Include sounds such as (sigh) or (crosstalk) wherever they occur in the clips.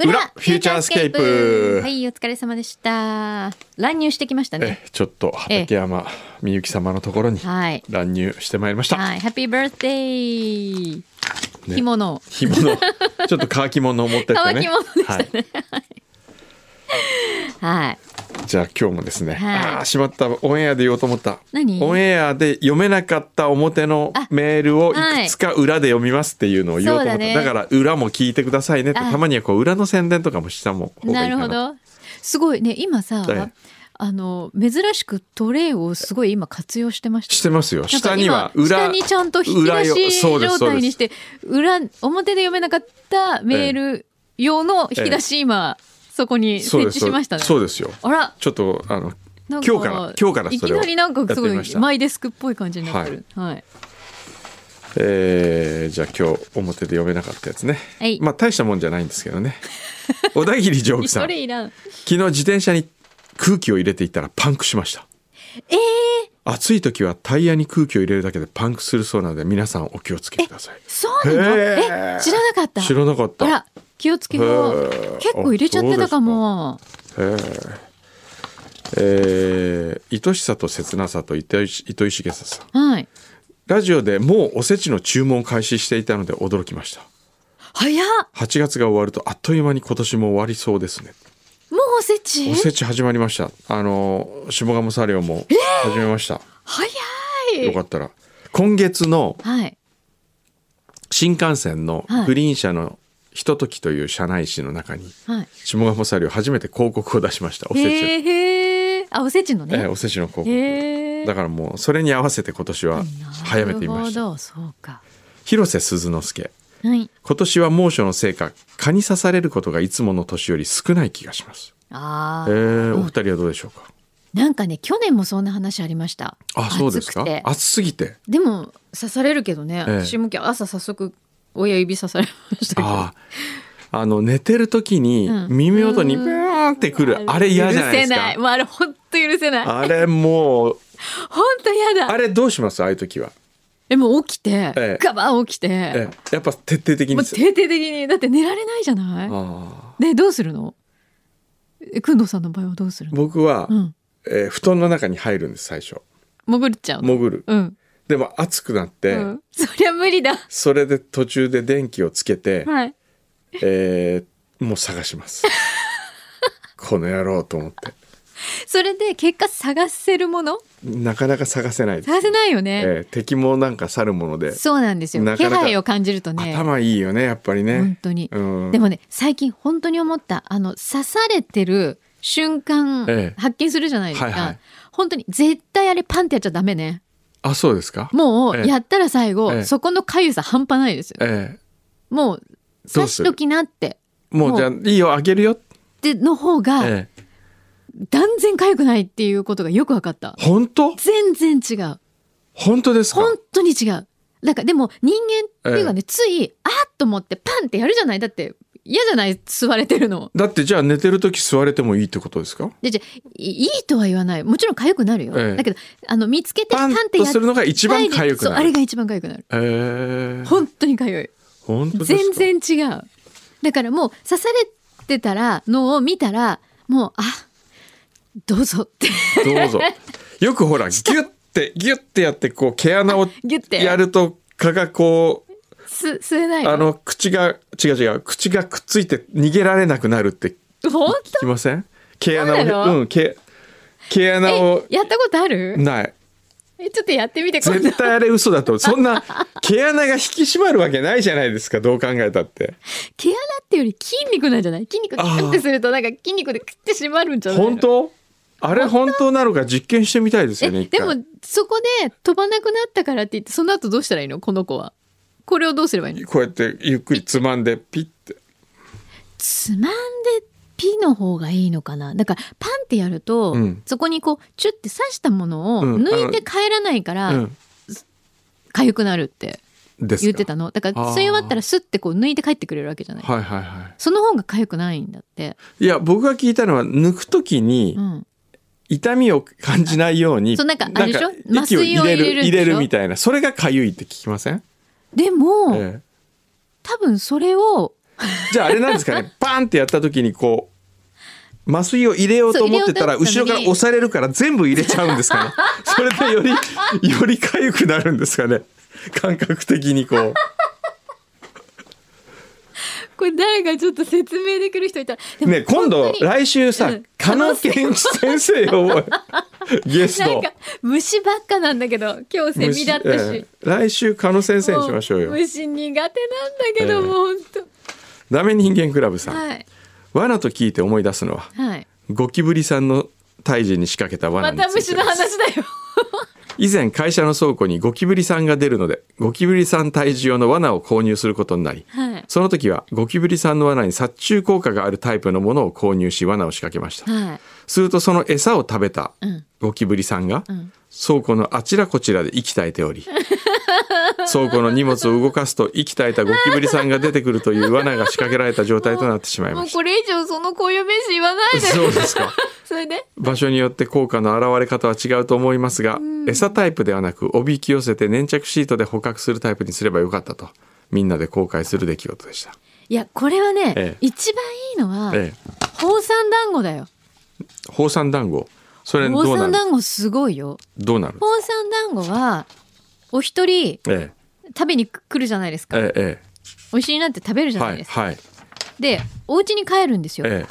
フューチャースケープはい、お疲れ様でした。乱入してきましたね。えちょっと畠山みゆき様のところにはい。乱入してまいりました、はい、ハッピーバースデー。ね干物。干物ちょっと乾き物を持ってってね (laughs) 乾き物でしたはいね。はい。じゃあ今日もですね、はいああしまったオンエアで言おうと思った何オンエアで読めなかった表のメールをいくつか裏で読みますっていうのを言おうと思った、はいそだうだねから裏も聞いてくださいねってあたまにはこう裏の宣伝とかもしたも方がないいかるなほど。すごいね、今さええ、あの、珍しくトレイをすごい今活用してましたねしてますよなんか下今には下裏にちゃんと引き裏よ出しそうです状そう態でにすして裏表で読めなかったメール用の引き出し今そこに設そうで置すしましたねそうですよあらちょっとあのな今ん日から今日からいそきれをなりなんかすごやってみましいたマイデスクっぽい感じになってるはいえーじゃあ今日表で読めなかったやつね、はいまあ大したもんじゃないんですけ (laughs) どね小田切ジョークさそん昨れいらん日自転車に空気を入れていたらパンクしましたえー暑い時はタイヤに空気を入れるだけでパンクするそうなので皆さんお気をつけくださいそうなのへーえ知らなかった知らなかったあら気をつけよへうー結構入れちゃってたかもえー愛しさと切なさと糸井糸井重里さんはいラジオでもうおせちの注文を開始していたので驚きました早っ8月が終わるとあっという間に今年も終わりそうですねもうおせちおせち始まりましたあの下鴨サリオも始めました、早よいかったら今月のはい新幹線のはいグリーン車のひとときという車内誌の中にはい下鴨サリオ初めて広告を出しましたおせちの、へーへーあおせちのええねおせちの広告、へーだからもうそれに合わせて今年は早めてみましなるたほどそうか広瀬すずのすけはい今年は猛暑のせいか蚊に刺されることがいつもの年より少ない気がしますあええーお二人はどうでしょうか、なんかね去年もそんな話ありましたあそうですか暑くて暑すぎてでも刺されるけどね、ええ私も今日朝早速親指刺されましたけどあああの寝てる時にうん耳元にビューンってくる、あれ嫌じゃないです許せないかもうあれ本当許せないあれもう本当嫌あだれどうしますああいう時は、えもう起きて、ええガバン起きて、ええやっぱ徹底的にもうです徹底的にだって寝られないじゃないああねどうするのえくんどうさんの場合はどうするの僕は、うんえー布団の中に入るんです最初潜っちゃうの潜るうん、でも暑くなって、うんそりゃ無理だそれで途中で電気をつけて、はいえーもう探します (laughs) この野郎と思ってそれで結果探せるものなかなか探せないです、探せないよね、えー敵もなんか去るもので、そうなんですよなかなか気配を感じるとね頭いいよねやっぱりね本当に、うんでもね最近本当に思ったあの刺されてる瞬間、ええ発見するじゃないですか、はいはい本当に絶対あれパンってやっちゃダメねあそうですかもうええやったら最後、ええそこのかゆさ半端ないですよえもうど刺うすしるときなってえもうじゃあいいよあげるよ、での方がええ、断然かゆくないっていうことがよく分かった本当全然違う本当ですか本当に違うなんかでも人間っていうかね、ついあっと思ってパンってやるじゃないだって嫌じゃない座れてるのだってじゃあ寝てる時座れてもいいってことですかでじゃあいいいとは言わないもちろん痒くなるよ、ええだけどあの見つけてパパンンってとやっするのが一番痒くそうなあれるが一番痒くなるええ本当に痒い本当ですか全然違うだからもう刺されてたらのを見たらもうあどうぞって (laughs) どうぞよくほらギュッてギュッてやってこう毛穴をギュッてやると蚊がこうす吸えないあの口が違う違う口がくっついて逃げられなくなるって本聞きません毛穴そうなをのうん毛毛当穴をえやったことあるないえちょっとやってみて今度絶対あれ嘘だとそんな毛穴が引き締まるわけないじゃないですかどう考えたって毛穴っていうより筋肉なんじゃない筋肉キュってするとなんか筋肉でクッて締まるんじゃないの本当あれ本当なのか実験してみたいですよねえ一で回もそこで飛ばなくなったからって言ってその後どうしたらいいのこの子はこれをどうすればいいのこうやってゆっくりつまんでピッてつまんでピの方がいいのかなだからパンってやると、うんそこにこうチュッて刺したものをうん抜いて帰らないから、うん痒くなるってですか言ってたのだからあー吸い終わったらスッてこう抜いて帰ってくれるわけじゃないはいはいはその方が痒くないんだって、いいや僕が聞いたのは抜くときにうん、痛みを感じないようにそうなんかあれでしょなんか息を入麻酔れを入れるんでるしょ入れるみたいなそれが痒いって聞きませんでも、ええ多分それをじゃああれなんです (laughs) かねパンってやった時にこう麻酔を入れようと思ってたらそう入れ後ようと思っろからたのに押されるから全部入れちゃうんです (laughs) かねそれでよりより痒くなるんですかね感覚的にこうこれ誰かちょっと説明できる人いたらでもね今度本当に来週さ、うん加納健一先生を (laughs) ゲスなんトか虫ばっかなんだけど今日セミだったし、虫ええ来週加納先生にしましょうもよ虫苦手なんだけど、ええもう本ダメ人間クラブさ当ん、はい罠と聞いて思い出すのははいゴキブリさんの退治に仕掛けた罠まにつた虫いてのです話だよ以前会社の倉庫にゴキブリさんが出るのでゴキブリさん退治用の罠を購入することになり、はいその時はゴキブリさんの罠に殺虫効果があるタイプのものを購入し罠を仕掛けました、はいするとその餌を食べたうんゴキブリさんがん倉庫のあちらこちらで息絶えており倉庫の荷物を動かすと息絶えたゴキブリさんが出てくるという罠が仕掛けられた状態となってしまいもまうしたこれ以上その固有名詞言わないで (laughs) そうですかそれで場所によって効果の現れ方は違うと思いますが、餌タイプではなくおびき寄せて粘着シートで捕獲するタイプにすればよかったとみんなで後悔する出来事でした、いやこれはね、ええ一番いいのは、え宝山団子だよえ、宝山団子それど宝う山なる団子すごいよどうなる宝山団子はお一人え食べに来るじゃないですえかええお一緒になって食べるじええゃなはいいですか、はいでお家に帰るんですよ、え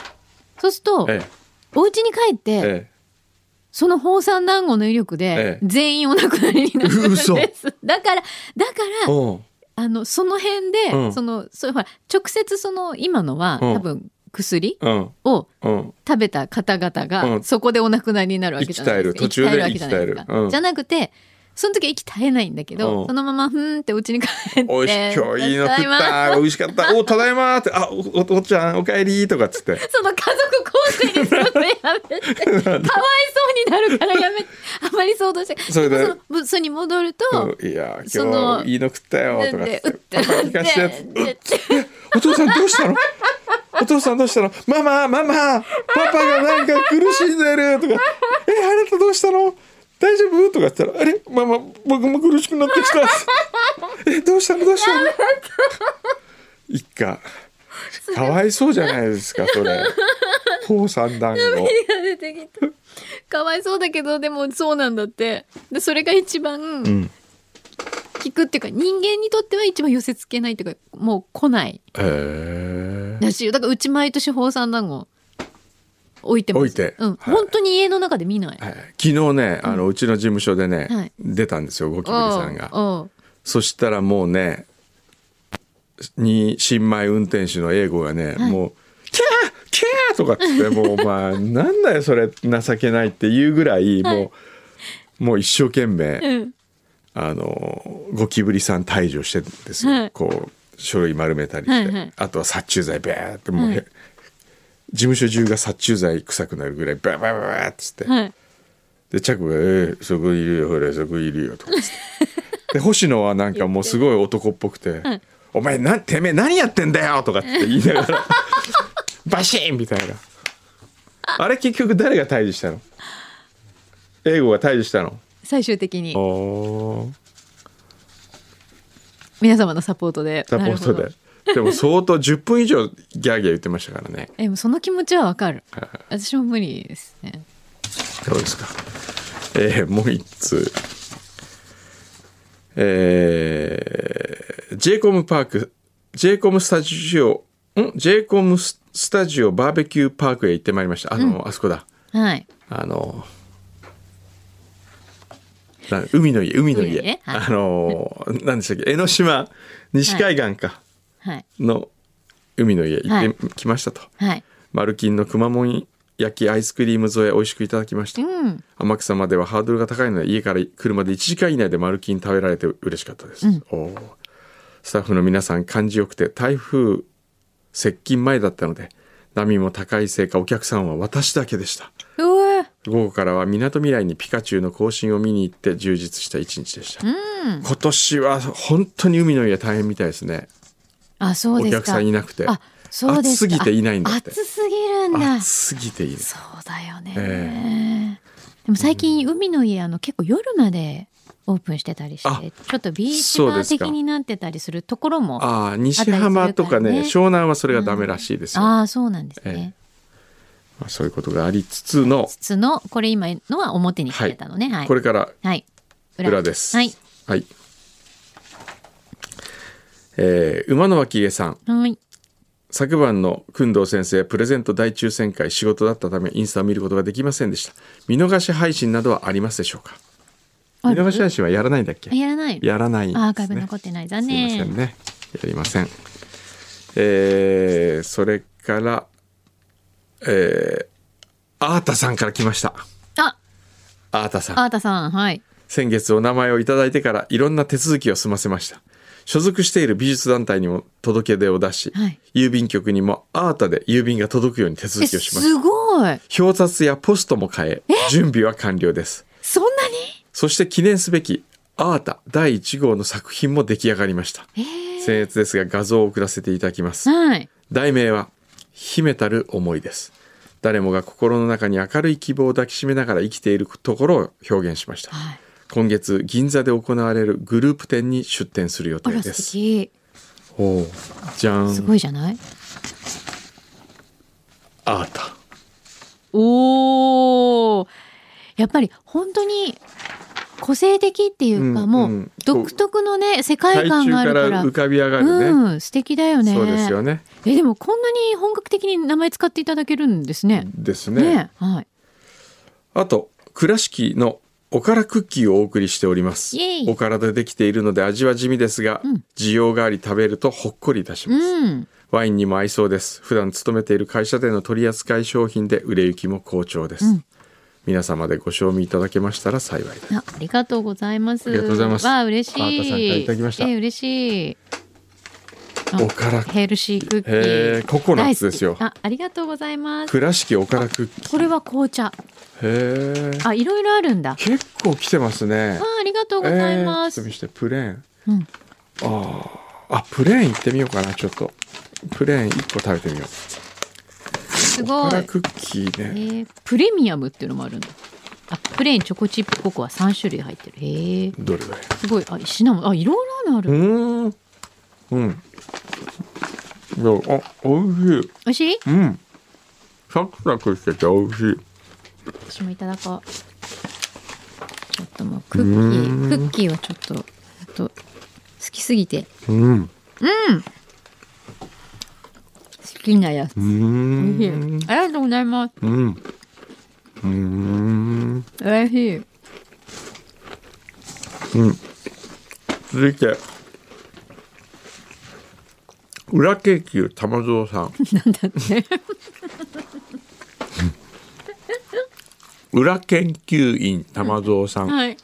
そうすると、ええお家に帰って、ええその宝山団子の威力でええ全員お亡くなりになるんです、 (laughs) 嘘だからだからおうあのその辺で、うんそのそうほら直接その今のは、うん多分薬うんをうん食べた方々が、うんそこでお亡くなりになるわけじゃないですか息絶える途中で息絶えるわけじゃないですか息絶えるうんじゃなくてその時息絶えないんだけど、うんそのままふーんってお家に帰っておいし今日いいのただ食いっまた美味しかったおただいまってあおお父ちゃんおかえりとかっ (laughs) つってその家族構成にするのやめてかわいそうになるからやめてあまり想像してそれででもそのそれに戻ると、うん (laughs) いやそ今の日いいの食ったよとかっでつうっってパカパカて聞かしてやつうっでお父さんどうしたのお父さんどうしたのママママパパがなんか苦しんでるとかえあなたどうしたの大丈夫とか言ったらあれママ僕も苦しくなってきたえどうしたのどうしたの一家かわいそうじゃないですかそれ宝三団子手が出てきたかわいそうだけどでもそうなんだってでそれが一番ん聞くっていうか、人間にとっては一番寄せ付けないっていうかもう来ないへえらしいよだからうち毎年宝山団子置いてます置いてうんはい本当に家の中で見ない、はい昨日ねあのうちの事務所でね、はい出たんですよゴキブリさんがおうおうそしたらもうねに新米運転手の英語がね、いもう「キャーキャー!」とかっつ (laughs) ってもうお前なんだよそれ情けないっていうぐらいもう、もう一生懸命、うんあのゴキブリさん退治をしてるんですよ、はいこう書類丸めたりして、はいはいあとは殺虫剤ベーってもうへ、はい事務所中が殺虫剤臭くなるぐらいバーバーバーバーっつって、はいでチャックが「えーそこいるよほらそこいるよ」とかっつってで星野はなんかもうすごい男っぽくて「お前なんてめえ何やってんだよ」とかって言いなが (laughs) らバシーンみたいなあれ結局誰が退治したの英語が退治したの最終的におー皆様のサポートでサポートなるほどででも相当10分以上ギャーギャー言ってましたからねえでもその気持ちはわかるはい私も無理ですねそうですか。えー、もう一通。えー、j コムパーク、j コムスタジオ、ん j コムスタジオバーベキューパークへ行ってまいりました。あの、あそこだ。はいあの、な海の家、海の海の家。家はいあの、何でしたっけ、江ノ島、西海岸か、はいの海の家はい行ってきましたと。はいマルキンのくまモン焼きアイスクリーム添え美味しくいただきました。うん天草まではハードルが高いので家から車で1時間以内で丸金食べられて嬉しかったです、おースタッフの皆さん感じよくて台風接近前だったので波も高いせいかお客さんは私だけでしたうわ午後からはみなとみらいにピカチュウの更新を見に行って充実した一日でした、今年は本当に海の家大変みたいですねあそうおですか客さんいなくてあそうです暑すぎていないんだあって暑すぎるんだ暑すぎていいですそうだよね、えでも最近海の家あの結構夜までオープンしてたりしあてちょっとビーチそうバでーすか的になってたりするところもあああ西浜とかねあったりす湘南はそれがダメらしいですよ、まあーそうなんですね。あ、そういうことがありつつの筒のこれ今のは表にしてたのね。はい。これからはい。裏ですはい。はい、えー馬の脇家さんはい。昨晩の工藤先生プレゼント大抽選会仕事だったためインスタを見ることができませんでした見逃し配信などはありますでしょうか見逃し配信はやらないんだっけあやらない。やらないんです、ね、アーカイブ残ってない残すいま念。せんねやりませんえーそれからえー、アータさんから来ましたあ、アータさんあーたさんはい。先月お名前をいただいてからいろんな手続きを済ませました所属している美術団体にも届け出を出し、はい郵便局にもアータで郵便が届くように手続えきをしますしごい。た表札やポストも変え準備は完了ですそんなに？そして記念すべきアータ第1号の作品も出来上がりましたえー僭越ですが画像を送らせていただきますはい。題名は「秘めたる思い」です誰もが心の中に明るい希望を抱きしめながら生きているところを表現しましたはい。今月銀座で行われるグループ展に出展する予あ定らで素す敵。おうじゃすんごいじゃない？アータおお。やっぱり本当に個性的っていうか、うんもううん独特のね世界海観中があかるからら浮かび上がるね,、うん素敵だよねそうですよねえでもこんなに本格的に名前使っていただけるんですねですねねはいあと倉敷のおからクッキーをお送りしておりますイエイおからでできているので味は地味ですが、うん需要があり食べるとほっこりいたします、うんワインにも合いそうです。普段勤めている会社での取り扱い商品で売れ行きも好調です。うん皆様でご賞味いただけましたら幸いです。あありがとうございますありがとうございますわあ嬉しあなたさんからいいただきましたえ嬉しいおから、ヘルシークッキーへーココナッツですよ大好きあありがとうございます倉敷おからクッキこれは紅茶ー。へえ。あいろいろあるんだ結構来てますねあ。ありがとうございまえーちょすっと見。してプレーン。うん、ああ。あ、プレーン行ってみようかな、ちょっと。プレーン1個食べてみよう。すおごいか。らクッキーえね。ープレミアムっていうのもあるんだ。あ、プレーンチョコチップココア三種類入ってる。へえどれどれ。すごい。あ、シナモン。あ、いろいろあるうのある。ーん。うん。いやあ、おいしい。美味しい？うん。サクサクしてて美味しい。私もいただこう。ちょっともうクッキー、うんクッキーはちょっと、ちょっと好きすぎてうん。好きなやつ。う美味しい。ん。ありがとうございます。うん。うん。美味しい。続いて。裏ケーキ玉蔵さん。なんだって。裏研究員玉蔵さん。はい。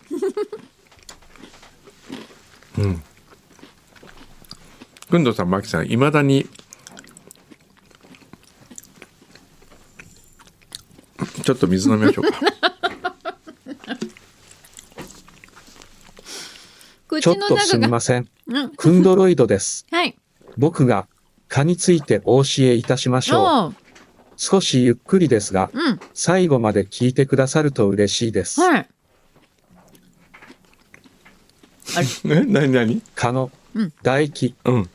くんどさん、まきさん、いまだに。ちょっと水飲みましょう (laughs) か。ちょっ口のとす中みが、ません。うん、クンドロイドです。はい。僕が、蚊についてお教えいたしましょう。おう、少しゆっくりですが、うん、最後まで聞いてくださると嬉しいです。はい。え、なになに。蚊のうん、唾液、うん。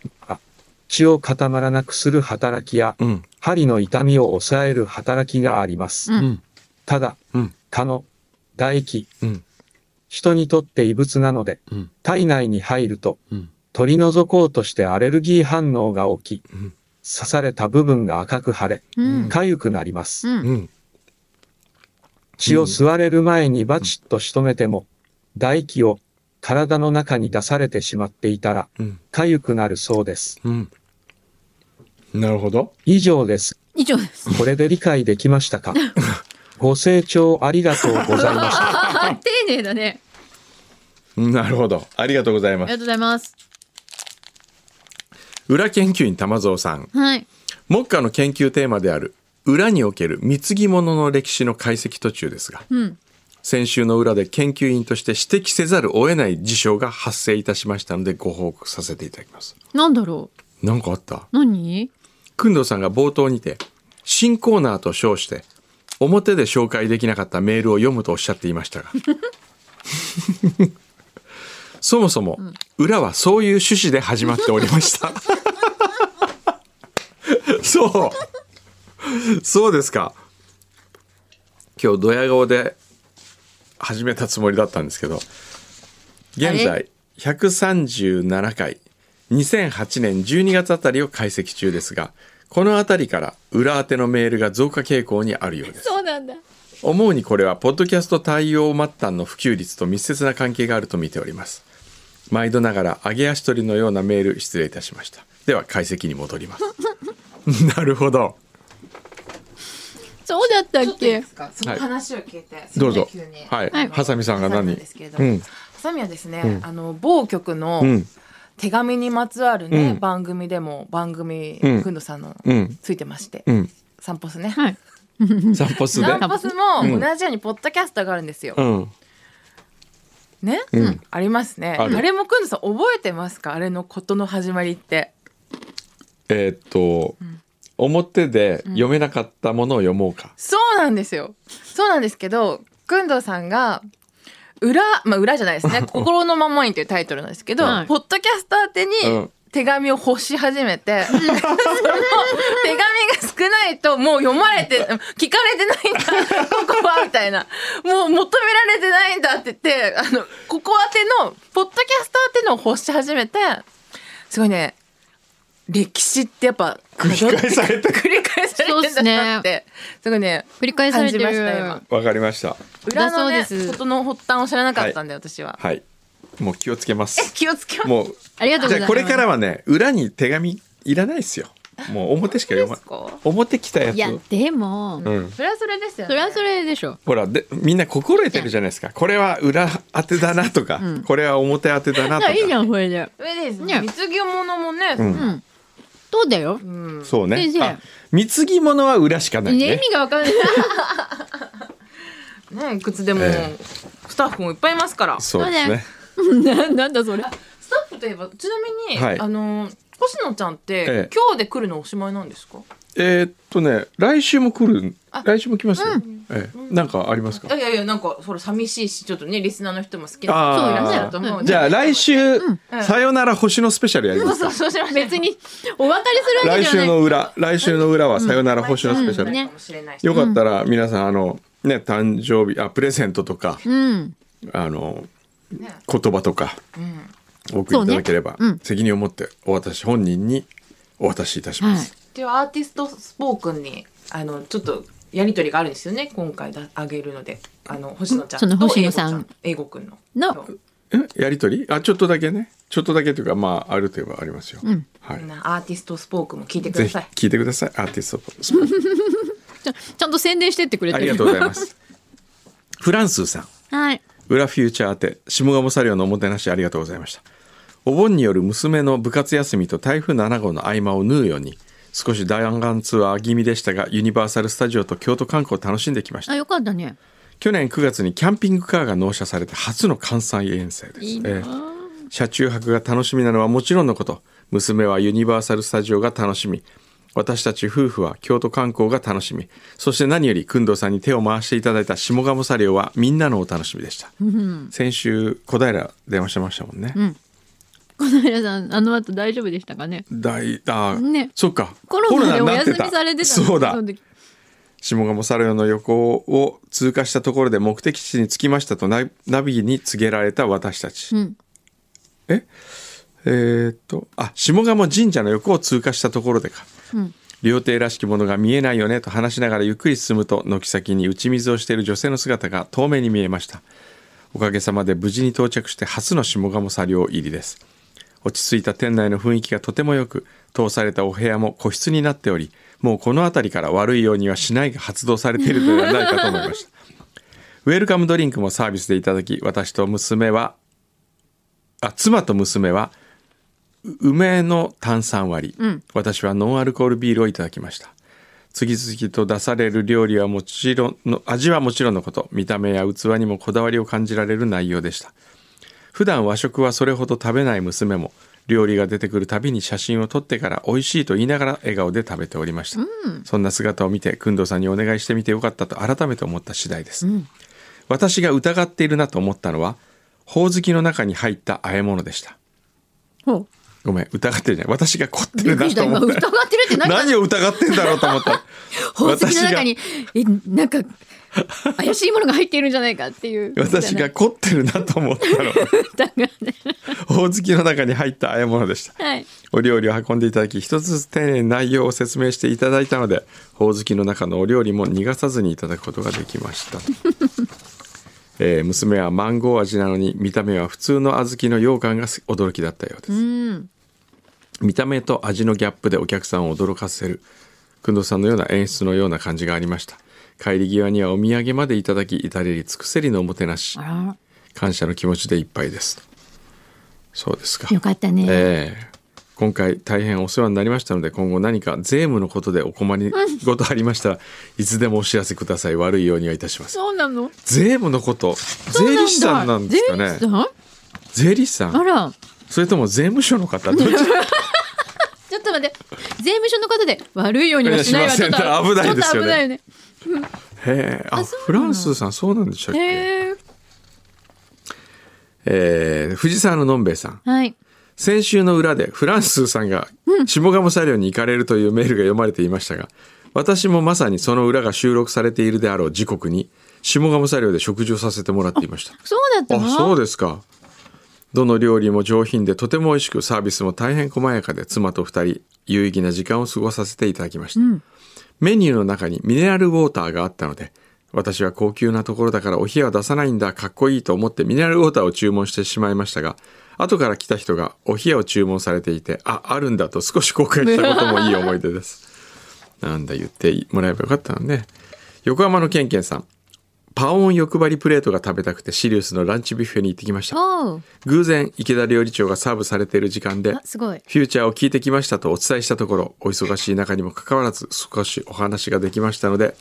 血を固まらなくする働きや、うん。。針の痛みを抑える働きがあります。うんただ、うん。蚊の唾液、うん。人にとって異物なので、うん体内に入ると、うん取り除こうとしてアレルギー反応が起き、うん刺された部分が赤く腫れ、うん、痒くなります。うん。うん。血を吸われる前にバチッと仕留めても、唾液を体の中に出されてしまっていたら、うん。痒くなるそうです。うん。なるほど。以上です。以上です。これで理解できましたかご清聴ありがとうございました。あ丁寧だね。なるほど。ありがとうございあまりす。がとうございます。裏研究員玉蔵さん。はい。目下の研究テーマである裏における貢ぎ物の歴史の解析途中ですがうん。先週の裏で研究員として指摘せざるを得ない事象が発生いたしましたのでご報告させていただきますなんだろう。何かあった何？工藤さんが冒頭にて新コーナーと称して表で紹介できなかったメールを読むとおっしゃっていましたがそもそも裏はそういう趣旨で始まっておりましたそうそうですか今日ドヤ顔で始めたつもりだったんですけど現あ在137回2008年12月あたりを解析中ですがこのあたりから裏宛てのメールが増加傾向にあるようですそうなんだ思うにこれはポッドキャスト対応末端の普及率と密接な関係があると見ております毎度ながら揚げ足取りのようなメール失礼いたしましたでは解析に戻ります (laughs) なるほどそうだったちょっっといいでけすかその話を聞いて、すどうごいぞ急にはいはいハサミさんが挟んだ何んですけれどうもんハサミはですね、うんあの某局の、うん手紙にまつわるうね、ん番組でも番組うんくんどさんのうんついてまして、うん散歩すね、はい散歩すで散歩すもうん同じようにポッドキャストがあるんですよ、うんね、うんありますねああるれもくんどさん覚えてますかあれのことの始まりってえーっと表で読めなかったものを読もうかそうなんですよそうなんですけどくんどさんが裏まあ裏じゃないです (laughs) ね「心のままに」というタイトルなんですけど、はいポッドキャスト宛てに、うん手紙を欲し始め (laughs) て、その手紙が少ないともう読まれて、聞かれてないんだ、 (laughs) ここは、みたいな。もう求められてないんだって言って、あの、ここ宛ての、ポッドキャスト宛てのを欲し始めて、すごいね、歴史ってやっぱ、 (laughs) 繰繰り返されてるり返されてんだなって、すごいね、繰り返されてる感じました今わかりました裏のねだそうですことの発端を知らなかったんで、私は。はいもう気をつけます気をつけます。もうありがとうごじざいゃますあこれからはね裏に手紙いらないですよもう表しか読 (laughs) ま本当ですか表来たやいやつをでも、うんそれはそれですよね。それはそれでしょほらでみんな心得てるじゃないですかこれは裏当てだなとか、うんこれは表当てだなといやかいいじゃんこれで上ですねね。貢ぎ物もね、ううんんそうだようんそうね先生あ貢ぎ物は裏しかないね意ね味がわかんないね、いくつでも、えスタッフもいっぱいいますから。スそうですねな (laughs) なんだそれタッフといえば、ちなみに、はいあのー、星野ちゃんって、ええ今日で来るのおしまいなんですか。えーっとね来週も来るあ来週も来ますよ、ええなんかありますいかやいやいや、なんか、それ寂しいし、ちょっとね、リスナーの人も好きなあー人いらっしゃると思うんで。じゃあ来週、んさよなら星のスペシャルやりますそうそう、そうしましょう別。にお別れするわけじ来ゃな週いの裏来週の裏はさよなら星のスペシャル、うんねかもしれないしよかったら皆さんあのね誕生日あプレゼントとか、うんあのね言葉とかうおん送りいただければ、そうねうん責任を持ってお渡し本人にお渡しいたしまはいす、では、アーティストスポークンに、あの、ちょっと。やりとりがあるんですよね。今回だあげるので、あの星野ちゃんそとの星野さん英語ちゃん、英語くんののえやりとりあちょっとだけねちょっとだけというかまああるといえばありますよ、んはみんい、なアーティストスポークンも聞いてくぜだひさい。聞いてくださいアーティストスポーツちゃちゃんと宣伝してってくれあてりがとうございます (laughs) フランスーさんはい裏フューチャー宛て下鴨サリオのおもてなしありがとうございましたお盆による娘の部活休みと台風7号の合間を縫うように少し弾丸ツアー気味でしたがユニバーサル・スタジオと京都観光を楽しんできましたあよかったね去年9月にキャンピングカーが納車されて初の関西遠征ですいいなあええ車中泊が楽しみなのはもちろんのこと娘はユニバーサル・スタジオが楽しみ私たち夫婦は京都観光が楽しみそして何より工藤さんに手を回していただいた下鴨サリオはみんなのお楽しみでした先週小平電話してましたもんね、小平さんあの後大丈夫でしたかね大あ、ねそっかコロナでおになって休みされてたそうだその時下鴨サルの横を通過したところで目的地に着きましたとナナビに告げられた私たち、うんええーっとあ下鴨神社の横を通過したところでか、ん料亭らしきものが見えないよねと話しながらゆっくり進むと軒先に打ち水をしている女性の姿が遠目に見えましたおかげさまで無事に到着して初の下鴨砂料入りです落ち着いた店内の雰囲気がとても良く通されたお部屋も個室になっておりもうこの辺りから悪いようにはしないが発動されているのではないかと思いました (laughs) ウェルカムドリンクもサービスでいただき私と娘はあ妻と娘はう梅の炭酸割り、私はノンアルコールビールをいただきました次々と出される料理はもちろんの味はもちろんのこと見た目や器にもこだわりを感じられる内容でした普段和食はそれほど食べない娘も料理が出てくるたびに写真を撮ってから美味しいと言いながら笑顔で食べておりました、そんな姿を見て工藤さんにお願いしてみてよかったと改めて思った次第です、私が疑っているなと思ったのはほおずきの中に入った和え物でしたほごめん疑ってるじゃない私が凝ってうびっるくなりしたと今思疑っったてるって何何を疑ってんだろうと (laughs) 思った宝石の私が中にえなんか怪しいものが入っているんじゃないかっていう私が凝ってるなと思ったの疑うねほおずきの中に入った和え物でしたはいお料理を運んでいただき一つずつ丁寧に内容を説明していただいたのでほおずきの中のお料理も逃がさずにいただくことができましたと、 (laughs) えー娘はマンゴー味なのに見た目は普通の小豆の羊羹が驚きだったようですうん見た目と味のギャップでお客さんを驚かせる工藤さんのような演出のような感じがありました帰り際にはお土産までいただき至れり尽くせりのおもてなしあら感謝の気持ちでいっぱいですそうですかよかったね、ええ今回大変お世話になりましたので今後何か税務のことでお困りごとありま (laughs) したらいつでもお知らせください悪いようにはいたしますそうなの税務のこと税理士さんなんですかねそうなんだ税税理士さ理士さんあんらそれとも税務署の方 (laughs) どっちょちっと待って税務署の方で悪いようにはしないわいやしませんちょっと危ないですよねちょっと危ないよねへえあそうなのフランスさんそうなんでしたっけ、へええー藤沢ののんべえさんはい先週の裏でフランスさんが下鴨車両に行かれるというメールが読まれていましたが私もまさにその裏が収録されているであろう時刻に下鴨車両で食事をさせてもらっていましたそうだったあのそうですかどの料理も上品でとても美味しくサービスも大変細やかで妻と2人有意義な時間を過ごさせていただきました、メニューの中にミネラルウォーターがあったので私は高級なところだからお冷やは出さないんだかっこいいと思ってミネラルウォーターを注文してしまいましたが後から来た人がお冷やを注文されていてああるんだと少し後悔したこともいい思い出ですなんだ言ってもらえばよかったのね横浜のケンケンさんパオン欲張りプレートが食べたくてシリウスのランチビュッフェに行ってきましたおう偶然池田料理長がサーブされている時間であすごいフューチャーを聞いてきましたとお伝えしたところお忙しい中にもかかわらず少しお話ができましたので、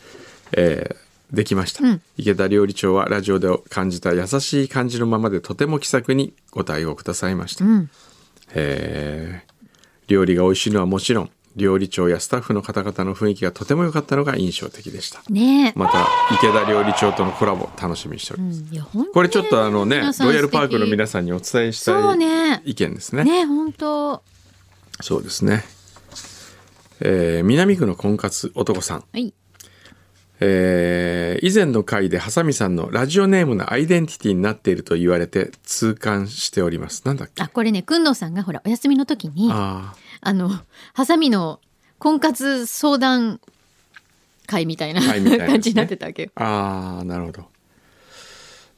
えーできました、池田料理長はラジオで感じた優しい感じのままでとても気さくにご対応くださいました、えー料理が美味しいのはもちろん料理長やスタッフの方々の雰囲気がとても良かったのが印象的でしたねえ、また池田料理長とのコラボ楽しみにしております、いや本当にこれちょっとあのね皆さんロイヤルパークの皆素さんにお伝えしそうたねい意見ですね敵ね本当そうですね、えー南区の婚活男さん、はいえー以前の回でハサミさんのラジオネームのアイデンティティになっていると言われて痛感しておりますなんだっけあこれねくんのさんがほらお休みの時にああのハサミの婚活相談会みたいな会みたいなやつね感じになってたわけよーあーなるほど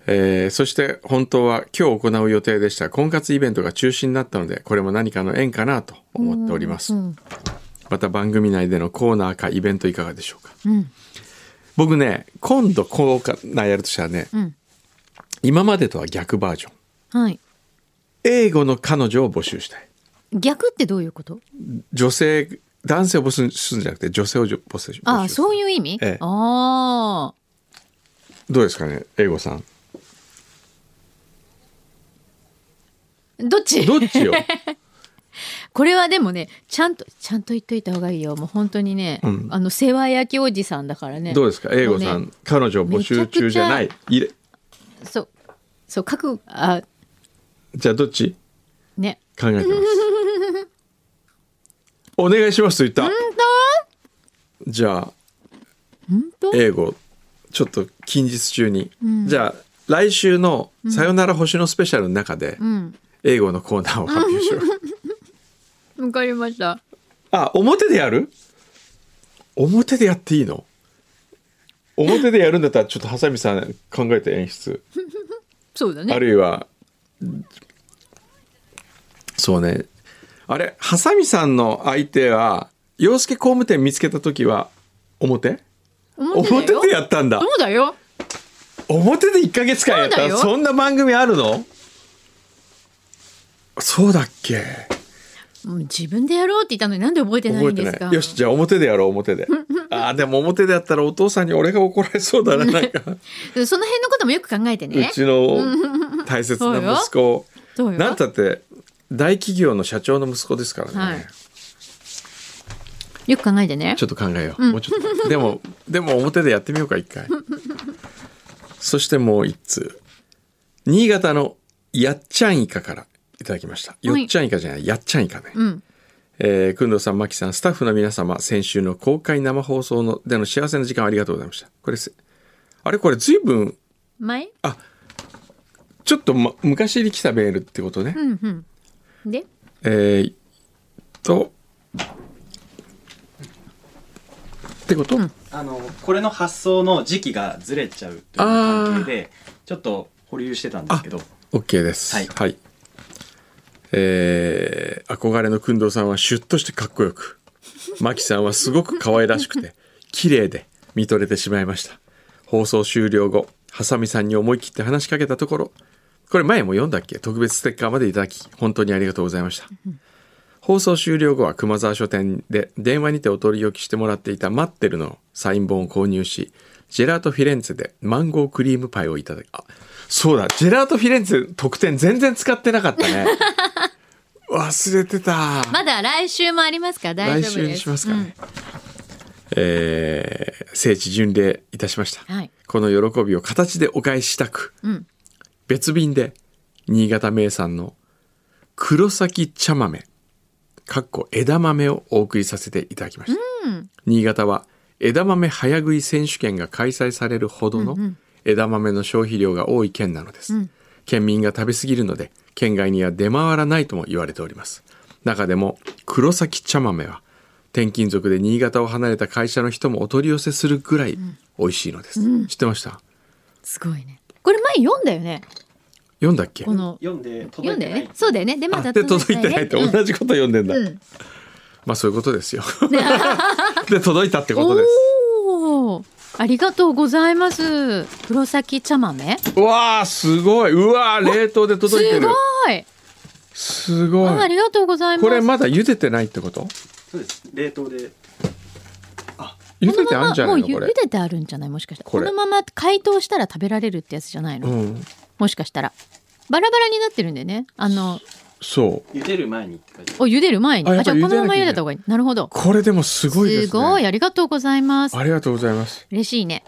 えーそして本当は今日行う予定でした婚活イベントが中止になったのでこれも何かの縁かなと思っております、うんまた番組内でのコーナーかイベントいかがでしょうかうん僕ね今度こうかなやるとしたらね、うん今までとは逆バージョンはい英語の彼女を募集したい逆ってどういうこと女性男性を募集するんじゃなくて女性を募集募集するああそういう意味、ええああどうですかね英語さんどっちどっ (laughs) ちよこれはでもねちゃんとちゃんと言っといた方がいいよもう本当にね、うんあの世話焼きおじさんだからねどうですか英語さ、もうんね彼女を募集中じゃないめいれそうそう覚悟あじゃあどっちね考 (laughs) えてますお願いしますと言ったじゃあ本当英語ちょっと近日中に、じゃあ来週の「さよなら星のスペシャル」の中でうん英語のコーナーを発 (laughs) 表しよう、わかりましたあ表でやる表でやっていいの表でやるんだったらちょっとハサミさん考えて演出、そうだあねるいはそうねあれハサミさんの相手は洋介工務店見つけた時は表表だ表よでやったんだそうだよ表で1ヶ月間やっそうだたよそんな番組あるのそうだっけもう自分でやろうって言ったのになんで覚えてない覚えんてでなすかいよしじゃあ表でやろう表であーでも表でやったらお父さんに俺が怒られそうだななん (laughs) かその辺のこともよく考えてうねちの大切な息子をそうよなんたって大企業の社長の息子ですからね、はいよく考えてねちょっと考えよう、もうちょっとでもでも表でやってみようか一回そしてもう一通新潟のやっちゃんイカからいただきましたよっちゃんイカじゃないやっちゃんイカね、うんえー、くんどうさん、まきさん、スタッフの皆様、先週の公開生放送のでの幸せな時間ありがとうございました。これす、あれこれ随分、前ちょっと、ま、昔に来たメールってことね。うんうんでえー、と、ってこと、あのこれの発送の時期がずれちゃうという関係でちょっと保留してたんですけど OK です。はいえー憧れの工藤さんはシュッとしてかっこよく、マキさんはすごく可愛らしくて、綺麗で見とれてしまいました。放送終了後、ハサミさんに思い切って話しかけたところ、これ前も読んだっけ特別ステッカーまでいただき、本当にありがとうございました。放送終了後は熊沢書店で電話にてお取り置きしてもらっていたマッテルのサイン本を購入し、ジェラートフィレンツェでマンゴークリームパイをいただき、あ、そうだ、ジェラートフィレンツェ特典全然使ってなかったね。忘れてた。まだ来週もありますから大来丈夫週でにすしますかね。えー聖地巡礼いたしました。はいこの喜びを形でお返ししたく、ん別便で新潟名産の黒崎茶豆かっこ枝豆をお送りさせていただきました、新潟は枝豆早食い選手権が開催されるほどの枝豆の消費量が多い県なのです、県民が食べ過ぎるので県外には出回らないとも言われております中でも黒崎茶豆は転勤族で新潟を離れた会社の人もお取り寄せするぐらい美味しいのです、知ってましたすごいねこれ前読んだよね読んだっけこの読んで読届んいだてよないねそうだよねでまあだで届いてないってうん同じこと読んでんだ、うんまあそういうことですよ (laughs) で届いたってことですおーありがとうございます黒崎茶豆うわあすごいうわあ冷凍で届いてするごいすごいあありがとうございますこれまだ茹でてないってことそうです冷凍で茹こでのてあまるんじゃまもなういのこ茹れでてあるんじゃないもしかしたらここれのまま解凍したら食べられるってやつじゃないの、うんもしかしたらバラバラになってるんでねあのそう茹でる前にって書いてあるお茹でる前にああやっじぱゃあこのまま茹で茹でなきゃいけないた方がいいなるほどこれでもすごいですねありがとうございますありがとうございます嬉しいね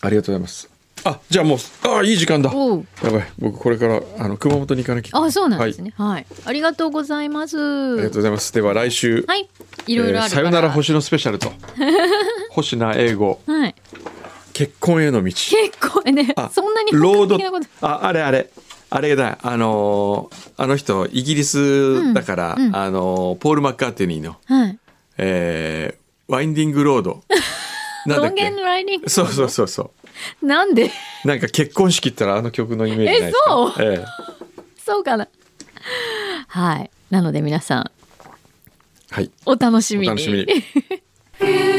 ありがとうございますあじゃあもうああいい時間だおうやばい僕これからあの熊本に行かなきゃあそうなんですはい、ねはい、ありがとうございますありがとうございますでは来週、はいいろいろあえるーさから、よなら星野スペシャ (laughs) ルと星名英語はい結婚への道結構ねあそんなに本ロード格的なことああれあれあれがだあのーあの人イギリスだから、うんうんあのーポール・マッカーテニーの、はいえーワインディング・ロ (laughs) ードなんだロっンゲけンライニングそうそうそうそなんで (laughs) うなんか結婚式って言ったらあの曲のイメージないですかえそうええそうかなはいなので皆さんはいお楽しみにお楽しみ「にフューチャースケープ」